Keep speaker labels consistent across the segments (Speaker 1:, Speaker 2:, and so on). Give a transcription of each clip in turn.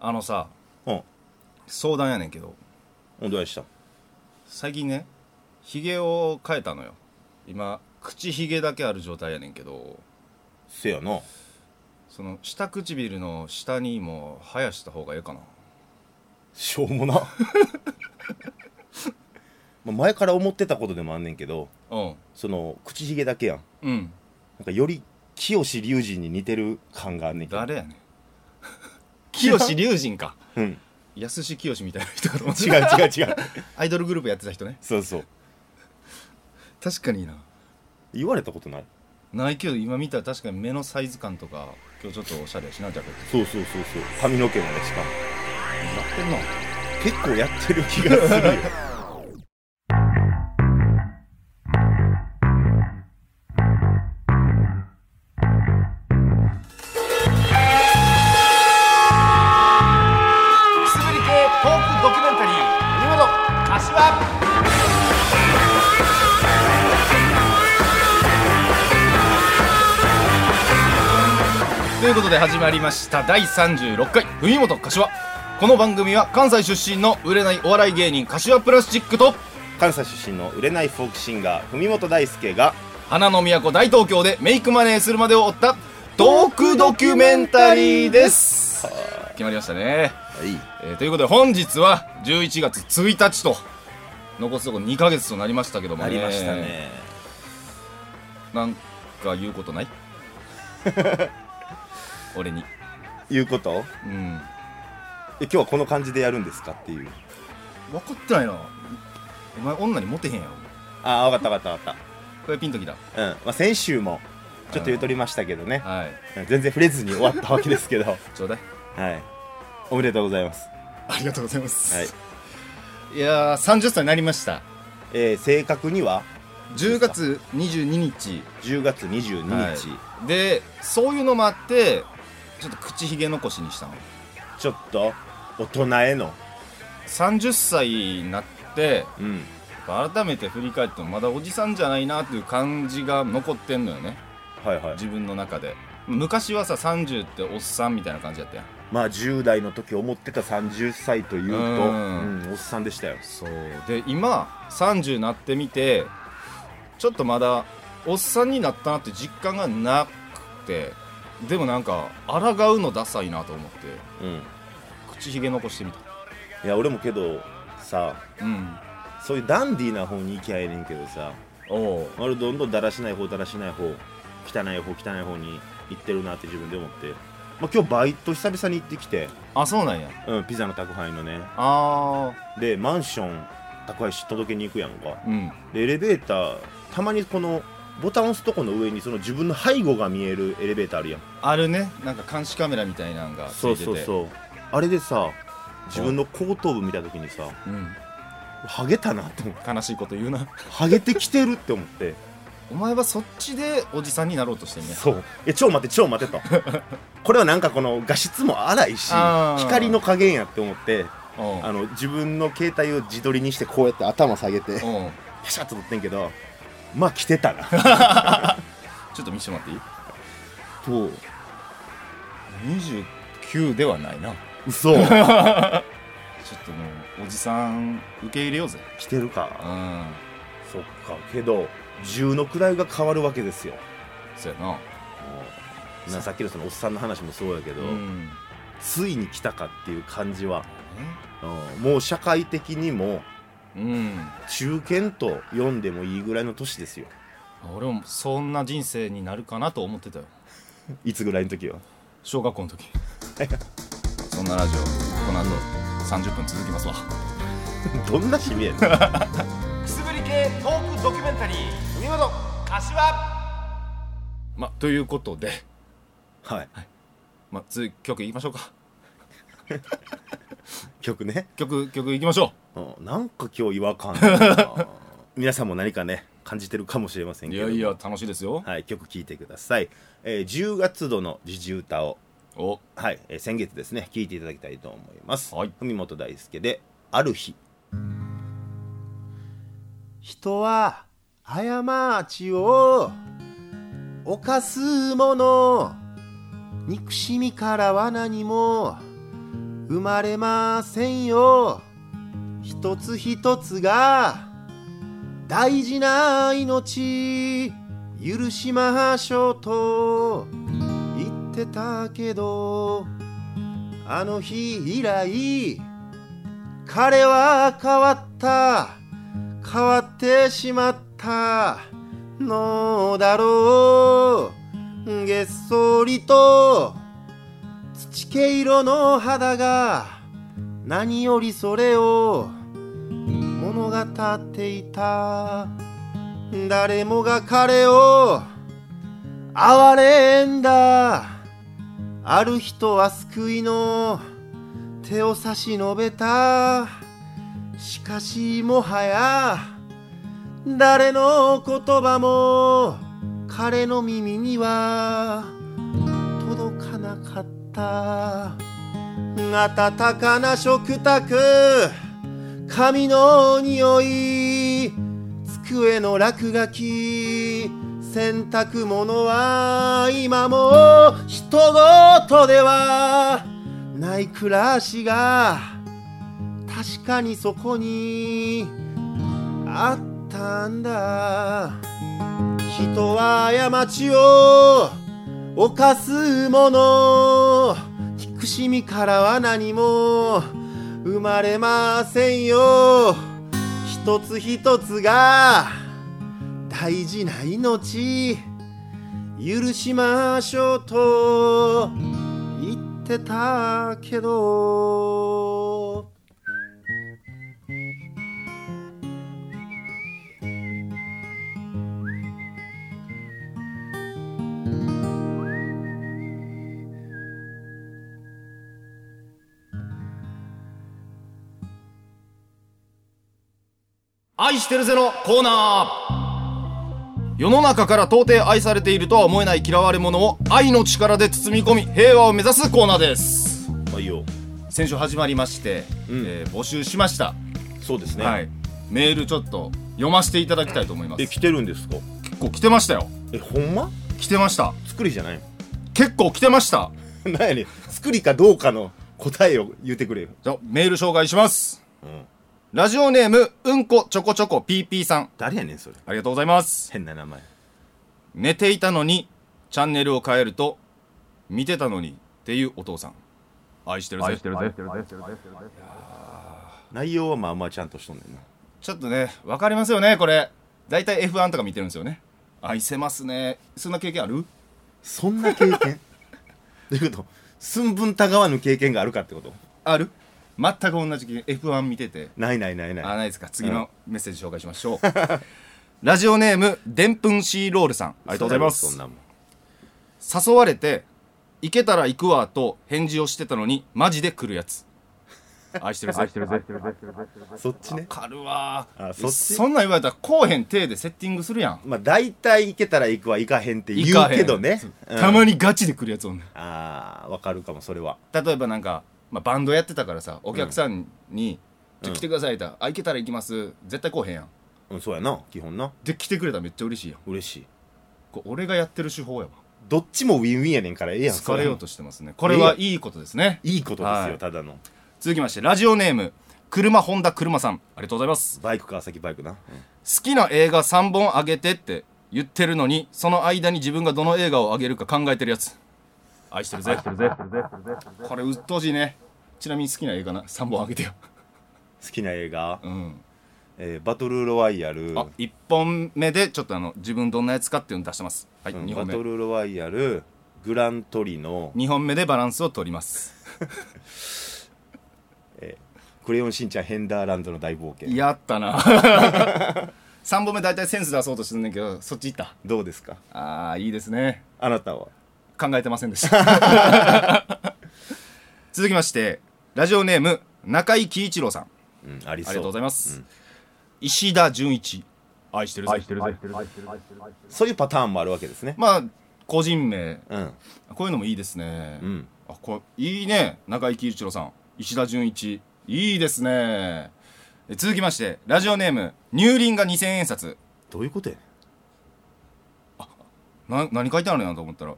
Speaker 1: あのさ
Speaker 2: うん
Speaker 1: 相談やねんけど
Speaker 2: うんどうでした
Speaker 1: 最近ねひげを変えたのよ今口ひげだけある状態やねんけど
Speaker 2: せやな
Speaker 1: その下唇の下にも生やした方がええかな
Speaker 2: しょうも なまあ前から思ってたことでもあんねんけど
Speaker 1: うん
Speaker 2: その口ひげだけやん
Speaker 1: うん
Speaker 2: なんかより清志隆二に似てる感があんねんけど
Speaker 1: 誰やねん 清志龍神か
Speaker 2: うん違う
Speaker 1: 安志清志みたいな人かと思って
Speaker 2: 違う違う
Speaker 1: アイドルグループやってた人ね
Speaker 2: そうそう
Speaker 1: 確かにな
Speaker 2: 言われたことない
Speaker 1: ないけど今見たら確かに目のサイズ感とか今日ちょっとおしゃれやしなジャケット
Speaker 2: そうそうそうそう髪の毛もねしかも
Speaker 1: やってんな
Speaker 2: 結構やってる気がするよ
Speaker 3: くすぶり系トークドキュメンタリー「国本柏」
Speaker 1: ということで始まりました第36回「文本柏」この番組は関西出身の売れないお笑い芸人柏プラスチックと
Speaker 2: 関西出身の売れないフォークシンガー文本大輔が
Speaker 1: 花の都大東京でメイクマネーするまでを追ったトークドキュメンタリーです決まりましたね、
Speaker 2: はい
Speaker 1: えーということで本日は11月1日と残すとこ2ヶ月となりましたけども
Speaker 2: なりましたね
Speaker 1: なんか言うこと ない俺に
Speaker 2: いうこと
Speaker 1: うん
Speaker 2: え今日はこの感じでやるんですかっていう
Speaker 1: 分かってないなお前女にモテへんやろ
Speaker 2: ああ分かった分かった分かっ
Speaker 1: これピンときた
Speaker 2: た、うんまあ、先週もちょっと言うとりましたけどね、
Speaker 1: はい
Speaker 2: うん全然触れずに終わったわけですけ ど
Speaker 1: ちょうだい
Speaker 2: はいおめでとうございます
Speaker 1: ありがとうございます
Speaker 2: はい、
Speaker 1: い、やー30歳になりました
Speaker 2: えー正確には
Speaker 1: 10月22日
Speaker 2: 10月22日、
Speaker 1: はいでそういうのもあってちょっと口ひげ残しにしたの
Speaker 2: ちょっと大人への
Speaker 1: 30歳になって
Speaker 2: うん
Speaker 1: 改めて振り返ってもまだおじさんじゃないなっていう感じが残ってんのよね
Speaker 2: はいはい
Speaker 1: 自分の中で昔はさ30っておっさんみたいな感じやったやん
Speaker 2: まあ10代の時思ってた30歳というと
Speaker 1: うん
Speaker 2: うんおっさんでしたよ
Speaker 1: そうで今30になってみてちょっとまだおっさんになったなって実感がなくてでもなんか抗うのダサいなと思って
Speaker 2: うん
Speaker 1: 口ひげ残してみた
Speaker 2: いや俺もけどさ
Speaker 1: うん
Speaker 2: そういうダンディーな方に行きゃええねんけどさ
Speaker 1: おう
Speaker 2: 俺どんどんだらしない方だらしない方汚い方汚い方に行ってるなって自分で思って、まあ、今日バイト久々に行ってきて、
Speaker 1: あそうなんや
Speaker 2: うん、ピザの宅配のね
Speaker 1: あ
Speaker 2: でマンション宅配し届けに行くやんか
Speaker 1: ーうん
Speaker 2: でエレベーターたまにこのボタン押すとこの上にその自分の背後が見えるエレベーターあるやん
Speaker 1: あるねなんか監視カメラみたいなのがつい
Speaker 2: そう
Speaker 1: てて
Speaker 2: そうそうあれでさ自分の後頭部見た時にさ
Speaker 1: うん、
Speaker 2: ハゲたなって思って
Speaker 1: 悲しいこと言うな
Speaker 2: ハゲてきてるって思って
Speaker 1: お前はそっちでおじさんになろうとしてんね
Speaker 2: そうえちょ待ってちょ待 ってとこれはなんかこの画質も荒いし
Speaker 1: あー
Speaker 2: 光の加減やって思って
Speaker 1: うん
Speaker 2: あの自分の携帯を自撮りにしてこうやって頭下げて
Speaker 1: うん
Speaker 2: パシャッと撮ってんけどまあ来てたな
Speaker 1: ちょっと見せてもらっていい
Speaker 2: そう
Speaker 1: 29ではないな
Speaker 2: 嘘
Speaker 1: ちょっともうおじさん受け入れようぜ
Speaker 2: 来てる
Speaker 1: う
Speaker 2: か
Speaker 1: ん
Speaker 2: そっかけど10の位が変わるわけですよ
Speaker 1: そうやな
Speaker 2: もうなさっきのそのおっさんの話もそうやけど、
Speaker 1: うん
Speaker 2: ついに来たかっていう感じは、うんもう社会的にも
Speaker 1: うん
Speaker 2: 中堅と読んでもいいぐらいの年ですよ
Speaker 1: 俺もそんな人生になるかなと思ってたよ
Speaker 2: いつぐらいの時は
Speaker 1: 小学校の時 そんなラジオこの後30分続きますわ
Speaker 2: どんな締めやね ん
Speaker 3: くすぶり系トークドキュメンタリー「国本柏
Speaker 1: まということで、
Speaker 2: はい
Speaker 1: ま、次曲いきましょうか
Speaker 2: 曲ね、
Speaker 1: 曲曲いきましょ
Speaker 2: うん、なんか今日違和感ある な皆さんも何かね感じてるかもしれません
Speaker 1: うい
Speaker 2: けれど
Speaker 1: や
Speaker 2: も
Speaker 1: いや楽しいですよ、
Speaker 2: はい、曲聴いてください、えー10月度の時事歌を、
Speaker 1: お
Speaker 2: はいえー先月ですね聴いていただきたいと思います、
Speaker 1: はい
Speaker 2: 文本大輔で「ある日」
Speaker 3: 人は過ちを犯すもの憎しみからは何も生
Speaker 2: 生まれませんよ一つ一つが大事な命許しましょうと言ってたけどあの日以来彼は変わった変わってしまったのだろうげっそりと土毛色の肌が何よりそれを物語っていた誰もが彼を憐れんだある人は救いの手を差し伸べたしかしもはや誰の言葉も彼の耳には届かなかった暖かな食卓髪の匂い机の落書き洗濯物は今も人ごとではない暮らしが確かにそこにあったんだ人は過ちを犯すもの憎しみからは何も生まれませんよ一つ一つが大事な命許しましょうと言ってたけど
Speaker 1: 愛してるぜのコーナー世の中から到底愛されているとは思えない嫌われ者を愛の力で包み込み平和を目指すコーナーです
Speaker 2: まあいいよ
Speaker 1: 先週始まりまして、
Speaker 2: うん
Speaker 1: えー募集しました、
Speaker 2: そうですね、
Speaker 1: はいメールちょっと読ませていただきたいと思います
Speaker 2: え来てるんですか
Speaker 1: 結構来てましたよ
Speaker 2: えほんま
Speaker 1: 来てました
Speaker 2: 作りじゃない
Speaker 1: 結構来てました
Speaker 2: の なんやねん作りかどうかの答えを言ってくれよ、
Speaker 1: じゃあメール紹介します
Speaker 2: うん、
Speaker 1: ラジオネームうんこちょこちょこ PP さん
Speaker 2: 誰やねんそれ
Speaker 1: ありがとうございます
Speaker 2: 変な名前
Speaker 1: 寝ていたのにチャンネルを変えると見てたのにっていうお父さん愛してるぜ
Speaker 2: 内容はまあまあちゃんとしとんねんな
Speaker 1: ちょっとね分かりますよねこれ大体 F1 とか見てるんですよね愛せますねそんな経験ある
Speaker 2: そんな経験 どういうこと寸分たがわぬ経験があるかってこと
Speaker 1: ある全く同じ経験 F1 見てて
Speaker 2: ないないないない
Speaker 1: あないですか次のメッセージ紹介しましょう ラジオネームでんぷんシーロールさんありがとうございます
Speaker 2: そんなもん
Speaker 1: 誘われて「行けたら行くわ」と返事をしてたのにマジで来るや つ愛してるぜ愛してるぜ
Speaker 2: そっちね
Speaker 1: かるわ
Speaker 2: あそっち
Speaker 1: んなん言われたらこうへん手でセッティングするやん
Speaker 2: まあ大体行けたら行くは行かへんって言うけど
Speaker 1: 行
Speaker 2: ね
Speaker 1: かへん
Speaker 2: うん
Speaker 1: たまにガチで来るやつおんねん
Speaker 2: ああわかるかもそれは
Speaker 1: 例えばなんか、まあ、バンドやってたからさお客さんに「ちょ来てください」って言ったら「あ行けたら行きます」絶対こうへんやん
Speaker 2: うんそうやな基本な
Speaker 1: で来てくれたらめっちゃ嬉しいやん
Speaker 2: 嬉しい
Speaker 1: これ俺がやってる手法やわ
Speaker 2: どっちもウィンウィンやねんからええやん
Speaker 1: 疲れよう
Speaker 2: と
Speaker 1: としてますねこれはいいことですね
Speaker 2: いいことですよ、
Speaker 1: はい
Speaker 2: ただの
Speaker 1: 続きましてラジオネーム車本田車さんありがとうございます
Speaker 2: バイク川崎バイクな、
Speaker 1: 好きな映画3本あげてって言ってるのにその間に自分がどの映画をあげるか考えてるやつ愛してるぜこれうっとうしいねちなみに好きな映画な3本あげてよ、
Speaker 2: 好きな映画、
Speaker 1: うん、
Speaker 2: えーバトルロワイヤル、
Speaker 1: あ1本目でちょっとあの自分どんなやつかっていうの出してますはい、
Speaker 2: うん
Speaker 1: 2
Speaker 2: バ
Speaker 1: 本目
Speaker 2: トルロワイヤルグラントリノ
Speaker 1: 2本目でバランスを取ります
Speaker 2: クレヨンしんちゃんヘンダーランドの大冒険
Speaker 1: やったな 3本目大体センス出そうとしてるんだけどそっち行った
Speaker 2: どうですか
Speaker 1: あーいいですね
Speaker 2: あなたは
Speaker 1: 考えてませんでした。 続きまして、ラジオネーム、中井貴一郎さん。あ
Speaker 2: うんあ
Speaker 1: り
Speaker 2: りそう
Speaker 1: がとうございます。石田純一。愛してるぜ。
Speaker 2: そういうパターンもあるわけですね
Speaker 1: まあ、個人名。
Speaker 2: うん
Speaker 1: こういうのもいいですね。
Speaker 2: うん
Speaker 1: あこれいいね。中井貴一郎さん。石田純一。いいですね。え続きまして、ラジオネーム、乳輪が2000円札。
Speaker 2: どういうことやね
Speaker 1: な何書いてあるのやなと思ったら。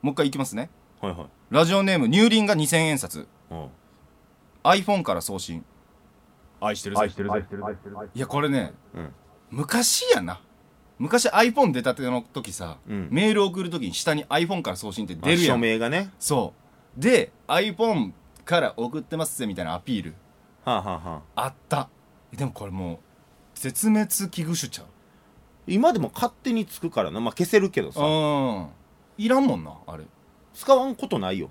Speaker 1: もう一回いきますね。
Speaker 2: んはいはい
Speaker 1: ラジオネーム、乳輪が2000円札。
Speaker 2: うん
Speaker 1: iPhone から送信愛してるぜ
Speaker 4: てるぜ。
Speaker 1: いやこれね、
Speaker 2: うん
Speaker 1: 昔やな昔 iPhone 出たての時さ、
Speaker 2: うん
Speaker 1: メール送る時に下に iPhone から送信って
Speaker 2: 出
Speaker 1: 出
Speaker 2: る
Speaker 1: る
Speaker 2: や
Speaker 1: や
Speaker 2: ん署
Speaker 1: ん、
Speaker 2: 名がね
Speaker 1: そうで iPhone から送ってますぜみたいなアピール
Speaker 2: はあ、はあはあ、
Speaker 1: あったでもこれもう絶滅危惧種ちゃ
Speaker 2: 今でも勝手につくからなまあ消せるけど
Speaker 1: う
Speaker 2: さ
Speaker 1: うんいらんもんなあれ
Speaker 2: 使わんことないよ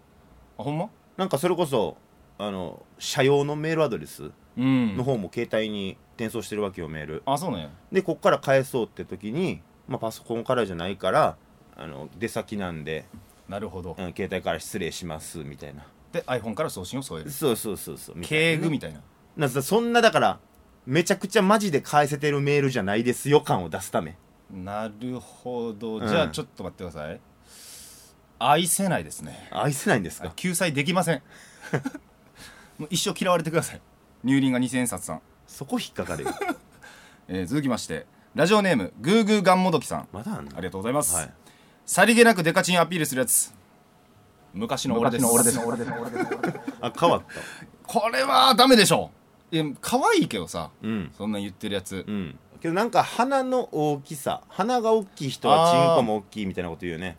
Speaker 1: あほんま
Speaker 2: なんかそれこそあの社用のメールアドレス
Speaker 1: う
Speaker 2: の
Speaker 1: ん
Speaker 2: 方も携帯に転送してるわけよメール
Speaker 1: あそうね
Speaker 2: でこっから返そうって時に、まあ、パソコンからじゃないからあの出先なんで、
Speaker 1: なるほど、
Speaker 2: うん、携帯から失礼しますみたいな
Speaker 1: で iPhone から送信を添える
Speaker 2: そうそうそうそうみたい
Speaker 1: 敬具みたいな
Speaker 2: ななそんなだからめちゃくちゃマジで返せてるメールじゃないですよ感を出すため
Speaker 1: なるほど
Speaker 2: うん
Speaker 1: じゃあちょっと待ってください、愛せないですね
Speaker 2: 愛せないんですか
Speaker 1: 救済できませ んもう一生嫌われてください乳輪が2000円札さん、
Speaker 2: そこ引っかかるよ
Speaker 1: えー続きましてラジオネームグーグーガンモドキさんあ
Speaker 2: まだあんの
Speaker 1: りがとうございます、
Speaker 2: はい
Speaker 1: さりげなくデカチンアピールするやつ昔の俺です
Speaker 2: あ変わっ
Speaker 1: これはダメでしょいや可愛いけどさ、
Speaker 2: たうん
Speaker 1: そんなん言ってるやつ、
Speaker 2: うんけどなんか鼻の大きさ鼻が大きい人はチンコも大きいみたいなこと言うよね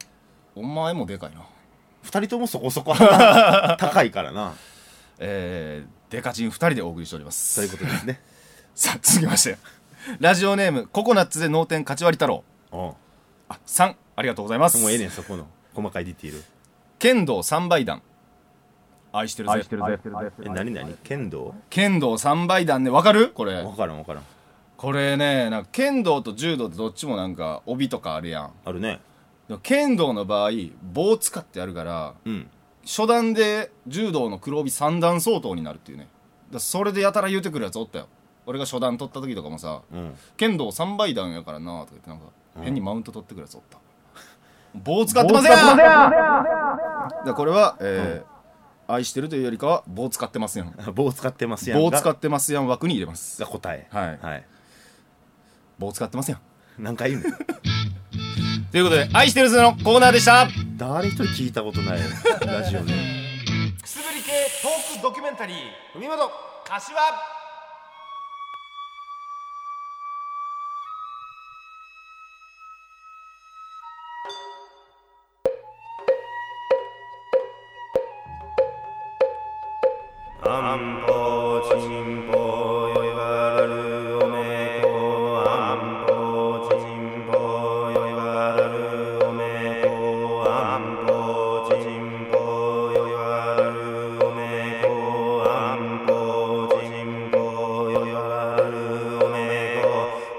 Speaker 1: お前もでかいな
Speaker 2: 二人ともそこそこ鼻 高いからな
Speaker 1: えー、デカチン2人でお送りしております
Speaker 2: そういうことです ね
Speaker 1: さあ続きましてラジオネームココナッツで脳天勝割太郎
Speaker 2: お
Speaker 1: あさんありがとうございます
Speaker 2: うもうええねんそこの細かいディティール
Speaker 1: 剣道三倍弾愛してるぜ
Speaker 2: え何何剣道
Speaker 1: 剣道三倍弾ねわかるこれ
Speaker 2: 分からん分からん
Speaker 1: これねなんか剣道と柔道ってどっちもなんか帯とかあるやん
Speaker 2: あるね
Speaker 1: でも剣道の場合棒使ってやるから
Speaker 2: うん
Speaker 1: 初段で柔道の黒帯三段相当になるっていうねだからそれでやたら言うてくるやつおったよ俺が初段取った時とかもさ
Speaker 2: うん
Speaker 1: 剣道三倍弾やからなとか言ってなんか変にマウント取ってくるやつおった、棒使ってませんだからこれは、えー愛してるというよりかは棒使ってますやん
Speaker 2: 棒使ってますやん
Speaker 1: 棒使
Speaker 2: が
Speaker 1: ってますやん枠に入れます
Speaker 2: が答え
Speaker 1: はい
Speaker 2: はい
Speaker 1: 棒使ってますやん
Speaker 2: 何回言うの
Speaker 1: ということで愛してるぜのコーナーでした
Speaker 2: 誰一人聞いたことない ラジオで
Speaker 3: くすぶり系トークドキュメンタリー海本柏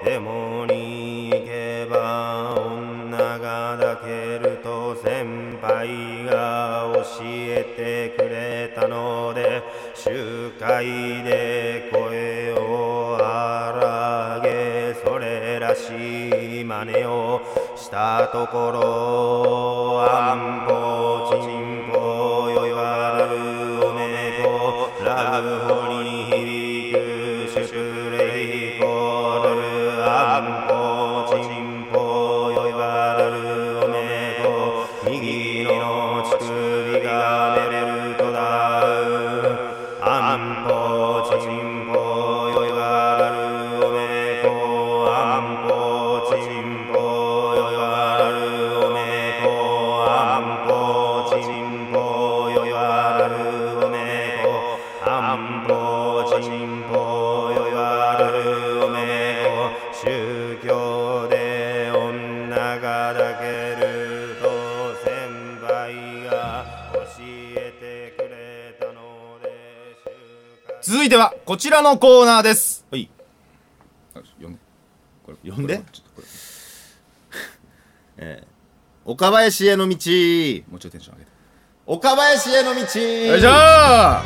Speaker 5: でもに行けば女が抱けると先輩が教えてくれたので集会で声を荒げそれらしい真似をしたところあんぽちんぽよいわるおめこラブホに響くシュプレイコールあんぽちんぽよいわるおめこ右の乳首が寝れるとだうあんぽちんぽよいわるおめこあんぽちんぽよいわるおめこあんぽちんぽよいわるおめこあんぽちんぽよいわるおめこ宗教で女が抱けると先輩が教えてくれたので宗教
Speaker 1: 続いてはこちらのコーナーです
Speaker 2: はい
Speaker 1: あ呼んでこれ
Speaker 2: 呼んで
Speaker 1: これちょっとこれ
Speaker 2: 岡林への道
Speaker 1: もうちょいテンション上げて
Speaker 2: 岡林への道
Speaker 1: よいしょー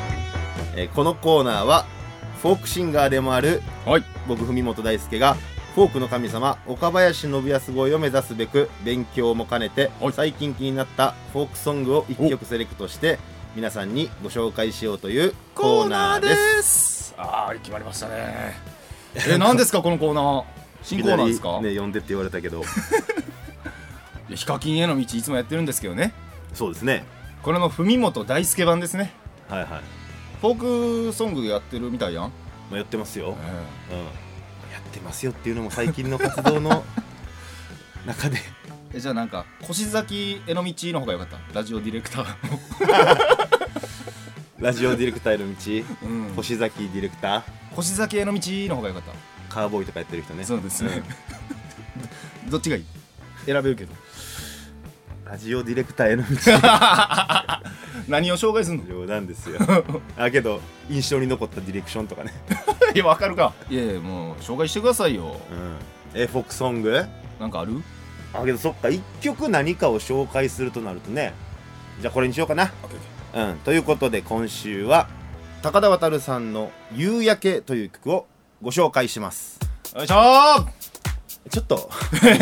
Speaker 2: えーこのコーナーはフォークシンガーでもある
Speaker 1: はい
Speaker 2: 僕文本大輔がフォークの神様岡林信康越えを目指すべく勉強も兼ねて
Speaker 1: はい
Speaker 2: 最近気になったフォークソングを1曲セレクトして皆さんにご紹介しようというコーナーです
Speaker 1: すああ決まりましたねえ何ですかこのコーナ ー新コーナーです
Speaker 2: いき
Speaker 1: か、
Speaker 2: なりね呼んでって言われた けど
Speaker 1: いやヒカキンへの道いつもやってるんですけどね
Speaker 2: そうですね
Speaker 1: これの文元大輔版ですね
Speaker 2: はいはい
Speaker 1: フォークソングやってるみたいやん、
Speaker 2: まあ、やってますよ、
Speaker 1: え
Speaker 2: うん、やってますよっていうのも最近の活 動の中で
Speaker 1: えじゃあなんか腰崎江の道の方が良かったラジオディレクター の
Speaker 2: ラジオディレクターへの道、
Speaker 1: うん
Speaker 2: 星崎ディレクター
Speaker 1: 腰崎江の道の方が良かった
Speaker 2: カーボーイとかやってる人ね
Speaker 1: そうですね、 どっちがいい選べるけど
Speaker 2: うんラジオディレクターへの
Speaker 1: 何を紹介すんの
Speaker 2: 道冗談で すよあけど印象に残ったディレクションとかね、
Speaker 1: いやわかるかいやいやもう紹介してくださいよ
Speaker 2: うん、えフォークソング
Speaker 1: なんかある
Speaker 2: あけどそっか一曲何かを紹介するとなるとねじゃあこれにしようかなうん、ということで今週は高田渉さんの「夕焼け」という曲をご紹介します
Speaker 1: よいしょー
Speaker 2: ちょ っと
Speaker 1: 何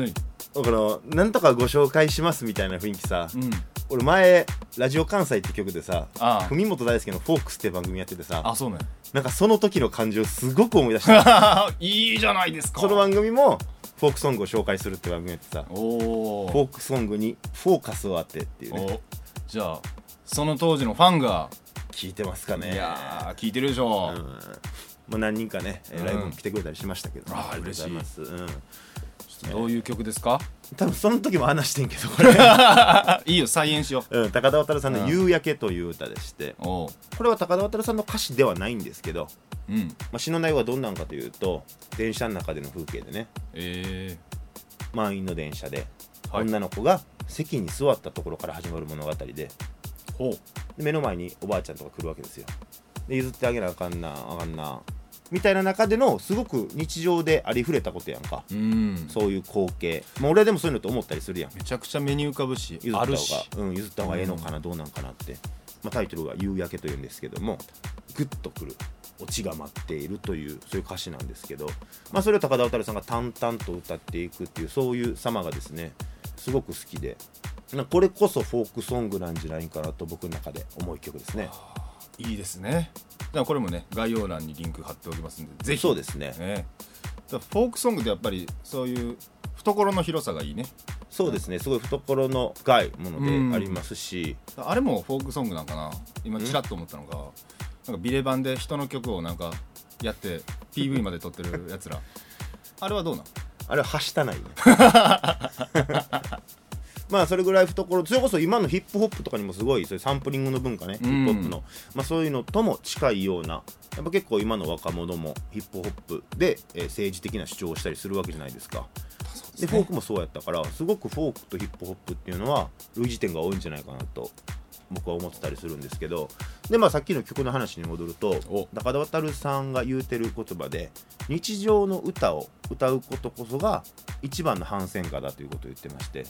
Speaker 1: 何
Speaker 2: この「なんとかご紹介します」みたいな雰囲気さ、
Speaker 1: うん
Speaker 2: 俺前「ラジオ関西」って曲でさ
Speaker 1: あ
Speaker 2: 文本大輔の「フォークス」って番組やってて
Speaker 1: あ
Speaker 2: さ
Speaker 1: あそうね
Speaker 2: なんかその時の感じをすごく思い出した
Speaker 1: いいじゃないですか
Speaker 2: その番組もフォークソングを紹介するって番組やってさ
Speaker 1: お
Speaker 2: フォ
Speaker 1: お
Speaker 2: ークソングにフォーカスを当てっていうね
Speaker 1: おじゃあその当時のファンが、
Speaker 2: 聞いてますかね
Speaker 1: いやー聞いてるでしょ、
Speaker 2: うんまあ、何人かね、えー
Speaker 1: うん
Speaker 2: ライブも来てくれたりしましたけど、
Speaker 1: あー
Speaker 2: ありがとうござます、うん、
Speaker 1: ちょっとどういう曲ですか、
Speaker 2: 多分その時も話してんけどこ れ、
Speaker 1: あいいよ再演しよ
Speaker 2: うん、高田渡さんの「夕焼け」という歌でして
Speaker 1: うおう
Speaker 2: これは高田渡さんの歌詞ではないんですけど、
Speaker 1: うん
Speaker 2: まあ、詩の内容はどんなんかというと電車の中での風景でね
Speaker 1: え
Speaker 2: 満員の電車で、
Speaker 1: はい
Speaker 2: 女の子が席に座ったところから始まる物語で
Speaker 1: ー、
Speaker 2: で
Speaker 1: ほう
Speaker 2: 目の前におばあちゃんとか来るわけですよで譲ってあげなあかんなあかんなみたいな中でのすごく日常でありふれたことやんか
Speaker 1: うん
Speaker 2: そういう光景、まあ、俺はでもそういうのと思ったりするやん
Speaker 1: めちゃくちゃ目に浮かぶし
Speaker 2: 譲った
Speaker 1: あ
Speaker 2: 方
Speaker 1: る
Speaker 2: が
Speaker 1: し
Speaker 2: うん、譲った方がええのかな、どうなんかなって、まあ、タイトルが「夕焼け」というんですけどもグッとくるオチが待っているというそういう歌詞なんですけど、まあ、それを高田渡さんが淡々と歌っていくっていうそういう様がですねすごく好きでなこれこそフォークソングなんじゃないかなと僕の中で思う曲ですね
Speaker 1: いいですねじゃあこれもね概要欄にリンク貼っておきますんでぜひ
Speaker 2: そうですね
Speaker 1: ねだからフォークソングってやっぱりそういう懐の広さがいいね
Speaker 2: そうですねすごい懐の深いものでありますし、
Speaker 1: あれもフォークソングなんかな今ちらっと思ったのがなんかビレ版で人の曲をなんかやって PV まで撮ってるやつらあれはどうなん
Speaker 2: あれははしたないねまあそれぐらい懐それこそ今のヒップホップとかにもすごいそういうサンプリングの文化ね、
Speaker 1: うん
Speaker 2: ヒップホップの、まあ、そういうのとも近いようなやっぱ結構今の若者もヒップホップで、えー政治的な主張をしたりするわけじゃないですかでフォークもそうやったからすごくフォークとヒップホップっていうのは類似点が多いんじゃないかなと僕は思ってたりするんですけどで、まあ、さっきの曲の話に戻ると
Speaker 1: お
Speaker 2: 高田渡さんが言うてる言葉で日常の歌を歌うことこそが一番の反戦歌だということを言ってまして、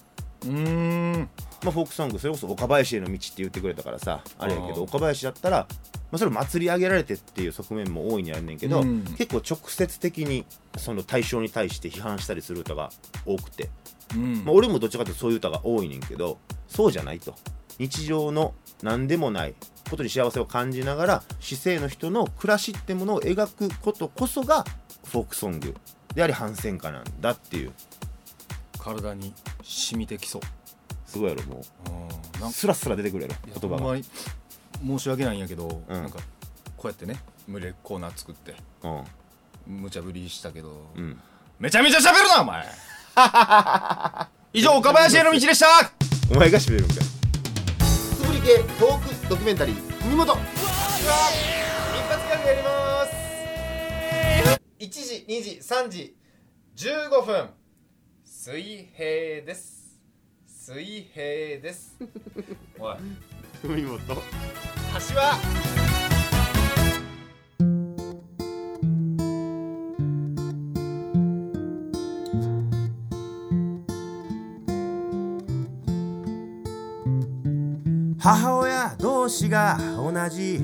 Speaker 1: うーん
Speaker 2: まあ、フォークソングそれこそ岡林への道って言ってくれたからさあれやけ
Speaker 1: あー
Speaker 2: ど岡林だったら、まあ、それ祭り上げられてっていう側面も大いにあんねんけど、
Speaker 1: うん
Speaker 2: 結構直接的にその対象に対して批判したりする歌が多くて。
Speaker 1: うん
Speaker 2: まあ、俺もどっちかというとそういう歌が多いねんけどそうじゃないと日常の何でもないことに幸せを感じながら市政の人の暮らしってものを描くことこそがフォークソングであり反戦歌なんだっていう
Speaker 1: 体に染みてきそう
Speaker 2: すごいやろも
Speaker 1: うんなん
Speaker 2: う
Speaker 1: か
Speaker 2: スラスラ出てくるや
Speaker 1: いや
Speaker 2: ろ言葉
Speaker 1: ほん
Speaker 2: が
Speaker 1: まに申し訳ないんやけど、
Speaker 2: うん
Speaker 1: なんかこうやってね群れコーナー作って
Speaker 2: うん
Speaker 1: 無茶ぶりしたけど、
Speaker 2: うん
Speaker 1: めちゃめちゃ喋るなお 前以上岡林への道でした
Speaker 2: お前がしめるんかい
Speaker 6: つぶり系トークドキュメンタリー文元
Speaker 7: 一発ギャグやります1時2時3時15分水平です水平 です
Speaker 1: おい
Speaker 2: 文元
Speaker 7: 橋は
Speaker 2: 母親同士が同じ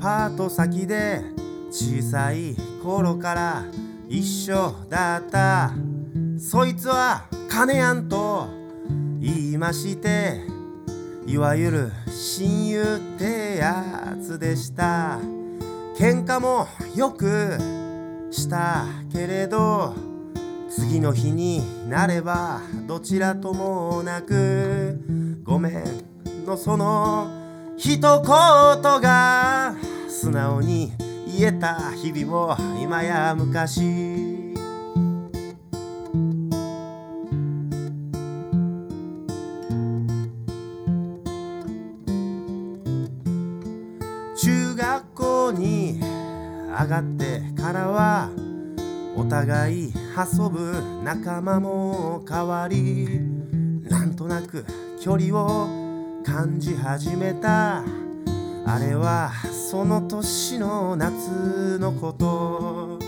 Speaker 2: パート先で小さい頃から一緒だったそいつは金やんと言いましていわゆる親友ってやつでした喧嘩もよくしたけれど次の日になればどちらともなくごめんのその
Speaker 8: 一言が素直に言えた日々も今や昔中学校に上がってからはお互い遊ぶ仲間も変わりなんとなく距離を感じ始めたあれはその年の夏のこと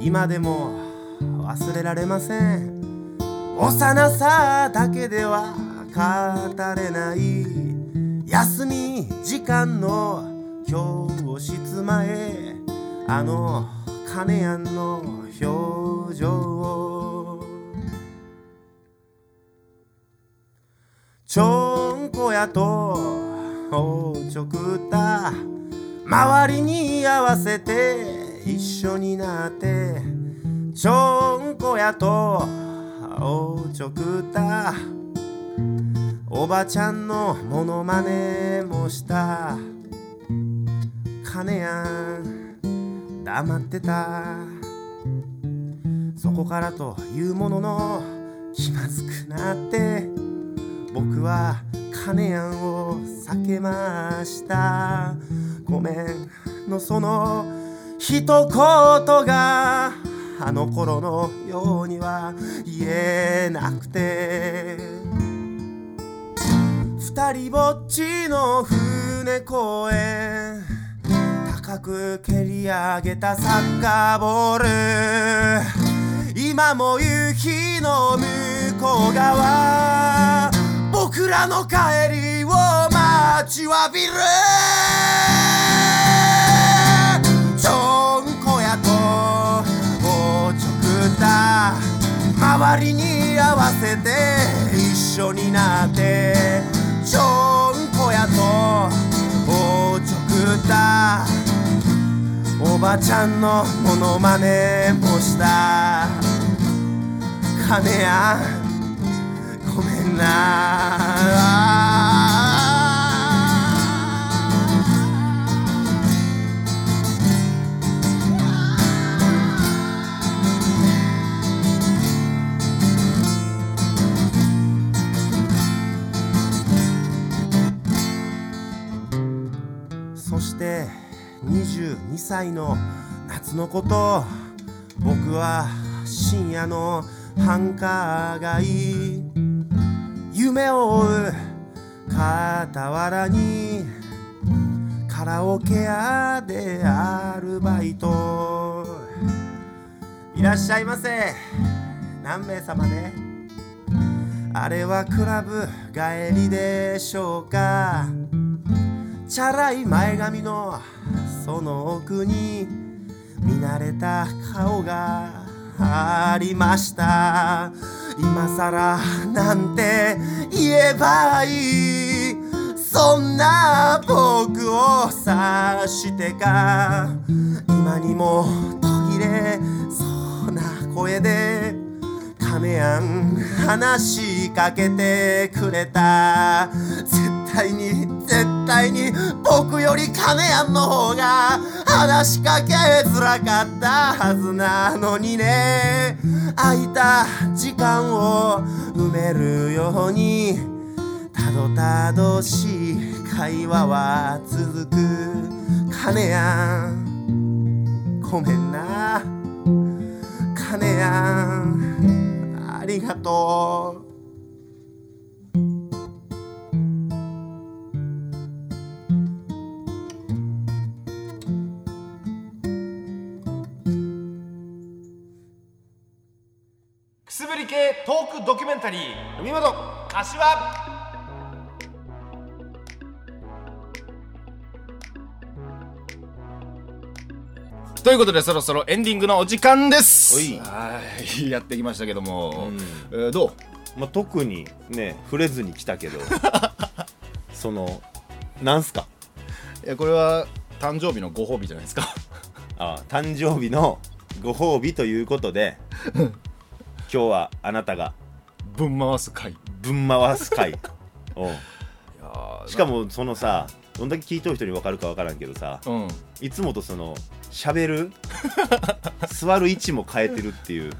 Speaker 8: 今でも忘れられません幼さだけでは語れない休み時間の教室前あの金やんの表情をちょんこやとおちょくった周りに合わせて一緒になってちょんこやとおちょくったおばちゃんのモノマネもした金やん黙ってたそこからというものの気まずくなって僕は金やんを避けましたごめんのその一言があの頃のようには言えなくて二人ぼっちの船公園高く蹴り上げたサッカーボール今も夕日の向こう側僕らの帰りを待ちわびるちょんこやとおちょくだ周りに合わせて一緒になってちょんこやとおちょくだおばちゃんのモノマネもした金やごめんなそして22歳の夏のこと僕は深夜の繁華街夢を追う傍らにカラオケ屋でアルバイトいらっしゃいませ何名様ねあれはクラブ帰りでしょうかチャラい前髪のその奥に見慣れた顔がありました今さらなんて言えばいいそんな僕を察してか今にも途切れそうな声で亀やん話しかけてくれた絶対に絶対に僕より亀やんの方が話しかけづらかったはずなのにね空いた時間を埋めるようにたどたどしい会話は続く亀やんごめんな金やんありがとう
Speaker 9: くすぶり系トークドキュメンタリー海本柏
Speaker 1: ということでそろそろエンディングのお時間です
Speaker 8: おい
Speaker 1: はいやってきましたけども、えーどう
Speaker 8: まあ、特にね触れずに来 たけどそのなんすか
Speaker 1: いやこれは誕生日のご褒美じゃないです か
Speaker 8: あ誕生日のご褒美というこ とで今日はあなたが
Speaker 1: ぶん回す回い
Speaker 8: ぶん回す回おう
Speaker 1: やー
Speaker 2: しかもそのさどんだけ聞いとる人に分かるか分からんけどさ
Speaker 1: うん
Speaker 2: いつもとその喋る座る位置も変えてるっていう、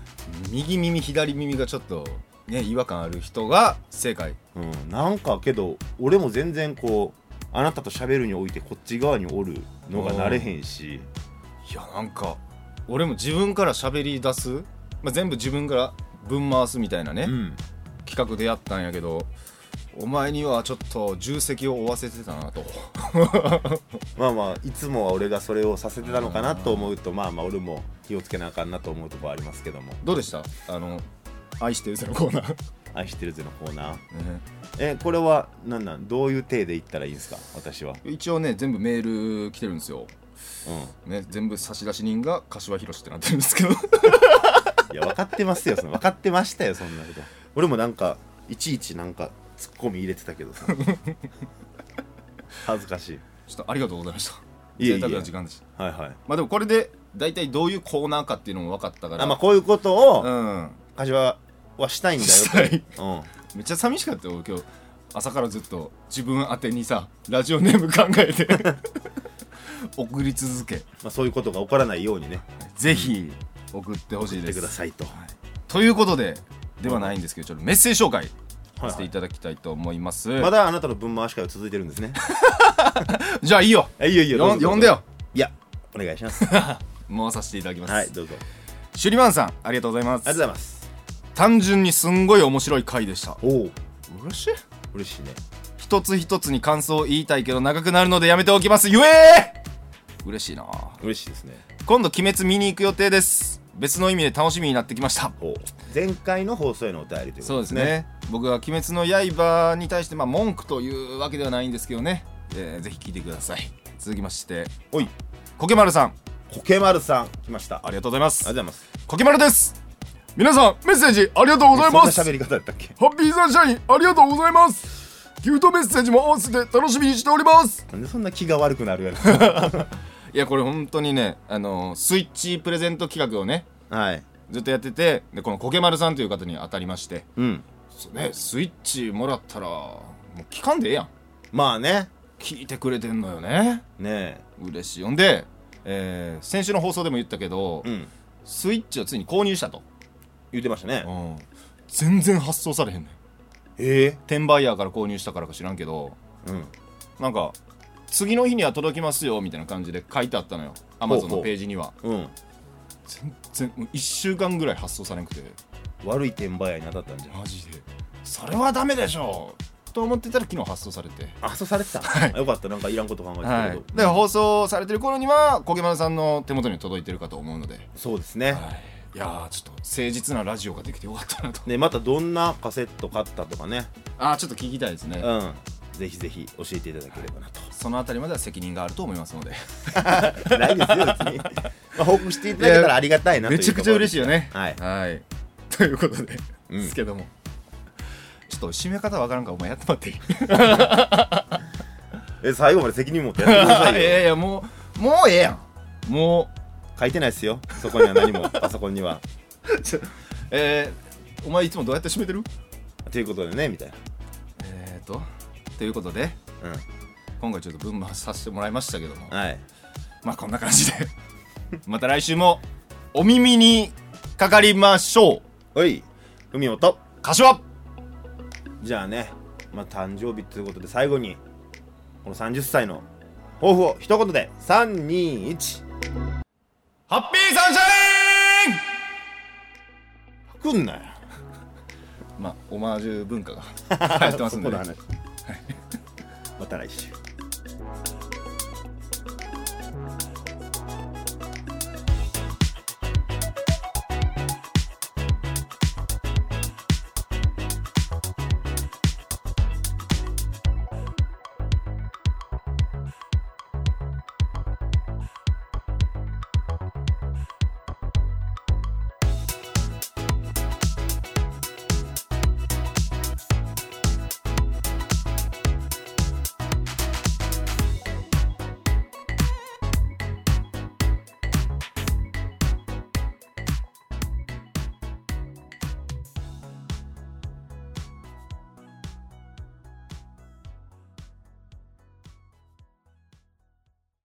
Speaker 1: 右耳左耳がちょっとね違和感ある人が正解
Speaker 2: うん、なんかけど俺も全然こうあなたと喋るにおいてこっち側におるのが慣れへんし
Speaker 1: いやなんか俺も自分から喋り出す、まあ、全部自分から分回すみたいなね、
Speaker 2: うん
Speaker 1: 企画でやったんやけどお前にはちょっと重責を負わせてたなと
Speaker 2: まあまあいつもは俺がそれをさせてたのかなと思うとまあまあ俺も気をつけなあかんなと思うところありますけども
Speaker 1: どうでしたあの愛してるぜのコーナー、
Speaker 2: 愛してるぜのコーナー
Speaker 1: ね
Speaker 2: えこれはなんなんどういう体でいったらいいんですか私は
Speaker 1: 一応ね全部メール来てるんですよ、
Speaker 2: う
Speaker 1: ね、全部差出人が柏宏ってなってるんですけど
Speaker 2: んいや分かってますよその分かってましたよそんなこと俺もなんかいちいちなんかツッコミ入れてたけどさ恥ずかし
Speaker 1: ちょっとありがとうございました
Speaker 2: いえいえ
Speaker 1: 贅沢な時間でした
Speaker 2: いはいはい
Speaker 1: まあでもこれで大体どういうコーナーかっていうのも分かったから
Speaker 2: あまあこういうことを
Speaker 1: うん
Speaker 2: 柏はしたいんだよと
Speaker 1: したい
Speaker 2: うん
Speaker 1: めっちゃ寂しかったよ今日朝からずっと自分宛てにさラジオネーム考えて 送り続け
Speaker 2: まあ、そういうことが起こらないようにね
Speaker 1: ぜひ送ってほしい
Speaker 2: し
Speaker 1: で
Speaker 2: て
Speaker 1: す
Speaker 2: くださいと、
Speaker 1: ということでではないんですけどちょっとメッセージ紹介
Speaker 2: は
Speaker 1: さ
Speaker 2: い
Speaker 1: せていただきたいと思います、
Speaker 2: まだあなたの分回し会は続いてるんですね
Speaker 1: じゃあいいよ
Speaker 2: あいいよいいよどう
Speaker 1: よ
Speaker 2: ぞ
Speaker 1: ん
Speaker 2: どうぞ
Speaker 1: 呼んでよ
Speaker 2: いやお願いします
Speaker 1: 回させていただきます、
Speaker 2: はいどうぞあり
Speaker 1: シュリマンさんありがとうございます
Speaker 2: がとうございます
Speaker 1: 単純にすんごい面白い回でした
Speaker 2: おお
Speaker 1: 嬉しい
Speaker 2: 嬉しいね
Speaker 1: 一つ一つに感想を言いたいけど長くなるのでやめておきますゆえー嬉しいな
Speaker 2: 嬉しいですね
Speaker 1: 今度鬼滅見に行く予定です別の意味で楽しみになってきました
Speaker 2: お前回の放送へのお便りということ
Speaker 1: そうですね僕は「鬼滅の刃」に対して、まあ、文句というわけではないんですけどね、えーぜひ聞いてください続きまして
Speaker 2: おい
Speaker 1: コケマルさん
Speaker 2: コケマルさん来ました
Speaker 1: あ
Speaker 2: あ
Speaker 1: り
Speaker 2: り
Speaker 1: がとうございます
Speaker 2: がとうございます
Speaker 1: コケマルです皆さんメッセージありがとうございます
Speaker 2: そんな喋り方だったっけ
Speaker 1: ハッピーサンシャインありがとうございますギフトメッセージも合わせて楽しみにしております
Speaker 2: なんでそんな気が悪くなるやろ
Speaker 1: いやこれ本当にねあのスイッチプレゼント企画をね
Speaker 2: はい
Speaker 1: ずっとやっててでこのコケマルさんという方に当たりまして
Speaker 2: うん
Speaker 1: そうねスイッチもらったらもう聞かんでええやん
Speaker 2: まあね
Speaker 1: 聞いてくれてんのよね
Speaker 2: ね
Speaker 1: 嬉しいほんで、えー先週の放送でも言ったけど、
Speaker 2: えうん
Speaker 1: スイッチをついに購入したと、
Speaker 2: 言ってましたね
Speaker 1: 全然発送されへんねん
Speaker 2: ええ
Speaker 1: 転売ヤーから購入したからか知らんけど
Speaker 2: うん
Speaker 1: なんか次の日には届きますよみたいな感じで書いてあったのよアマゾン
Speaker 2: ほうほ
Speaker 1: の
Speaker 2: う
Speaker 1: ページには
Speaker 2: うん
Speaker 1: 全然もう1週間ぐらい発送されなくて
Speaker 2: 悪い転売屋に当たったんじゃん
Speaker 1: マジでそれはダメでしょと思ってたら昨日発送されて
Speaker 2: あそうさ れてた、
Speaker 1: はい
Speaker 2: よかったなんかいらんこと考えて
Speaker 1: は
Speaker 2: た
Speaker 1: い
Speaker 2: け、ど、
Speaker 1: で放送されてる頃にはコケマルさんの手元に届いてるかと思うので、
Speaker 2: そうですね、
Speaker 1: い、やーちょっと誠実なラジオができてよかったなと
Speaker 2: ねまたどんなカセット買ったとかね
Speaker 1: あーちょっと聞きたいですね、
Speaker 2: うんぜひぜひ教えていただければな と
Speaker 1: そのあたりまでは責任があると思いますので
Speaker 2: ないですよ別 に、まあ、報告していただけたらありがたいなという
Speaker 1: めちゃくちゃ嬉しいよね
Speaker 2: はい
Speaker 1: はい、 ということで、
Speaker 2: うん
Speaker 1: ですけどもちょっと締め方わからんからお 前やってもらっていい
Speaker 2: え最後まで責任持ってやってくださいよ
Speaker 1: いやいやもうもうええやんもう
Speaker 2: 書いてないですよそこには何もパソコンには
Speaker 1: えー、お前いつもどうやって締めてる
Speaker 2: ということでねみたい
Speaker 1: えーとということで
Speaker 2: な
Speaker 1: 今回ちょっと分回させてもらいましたけども
Speaker 2: うんはい
Speaker 1: まあこんな感じで また来週もお耳にかかりましょう
Speaker 2: おい文音と
Speaker 1: 柏
Speaker 2: じゃあねまあ誕生日ということで最後にこの30歳の抱負を一言で321
Speaker 1: ハッピーサンシャイン
Speaker 2: くんなよ
Speaker 1: まあオマージュ文化が流行ってますんで、
Speaker 2: そこの話 また来週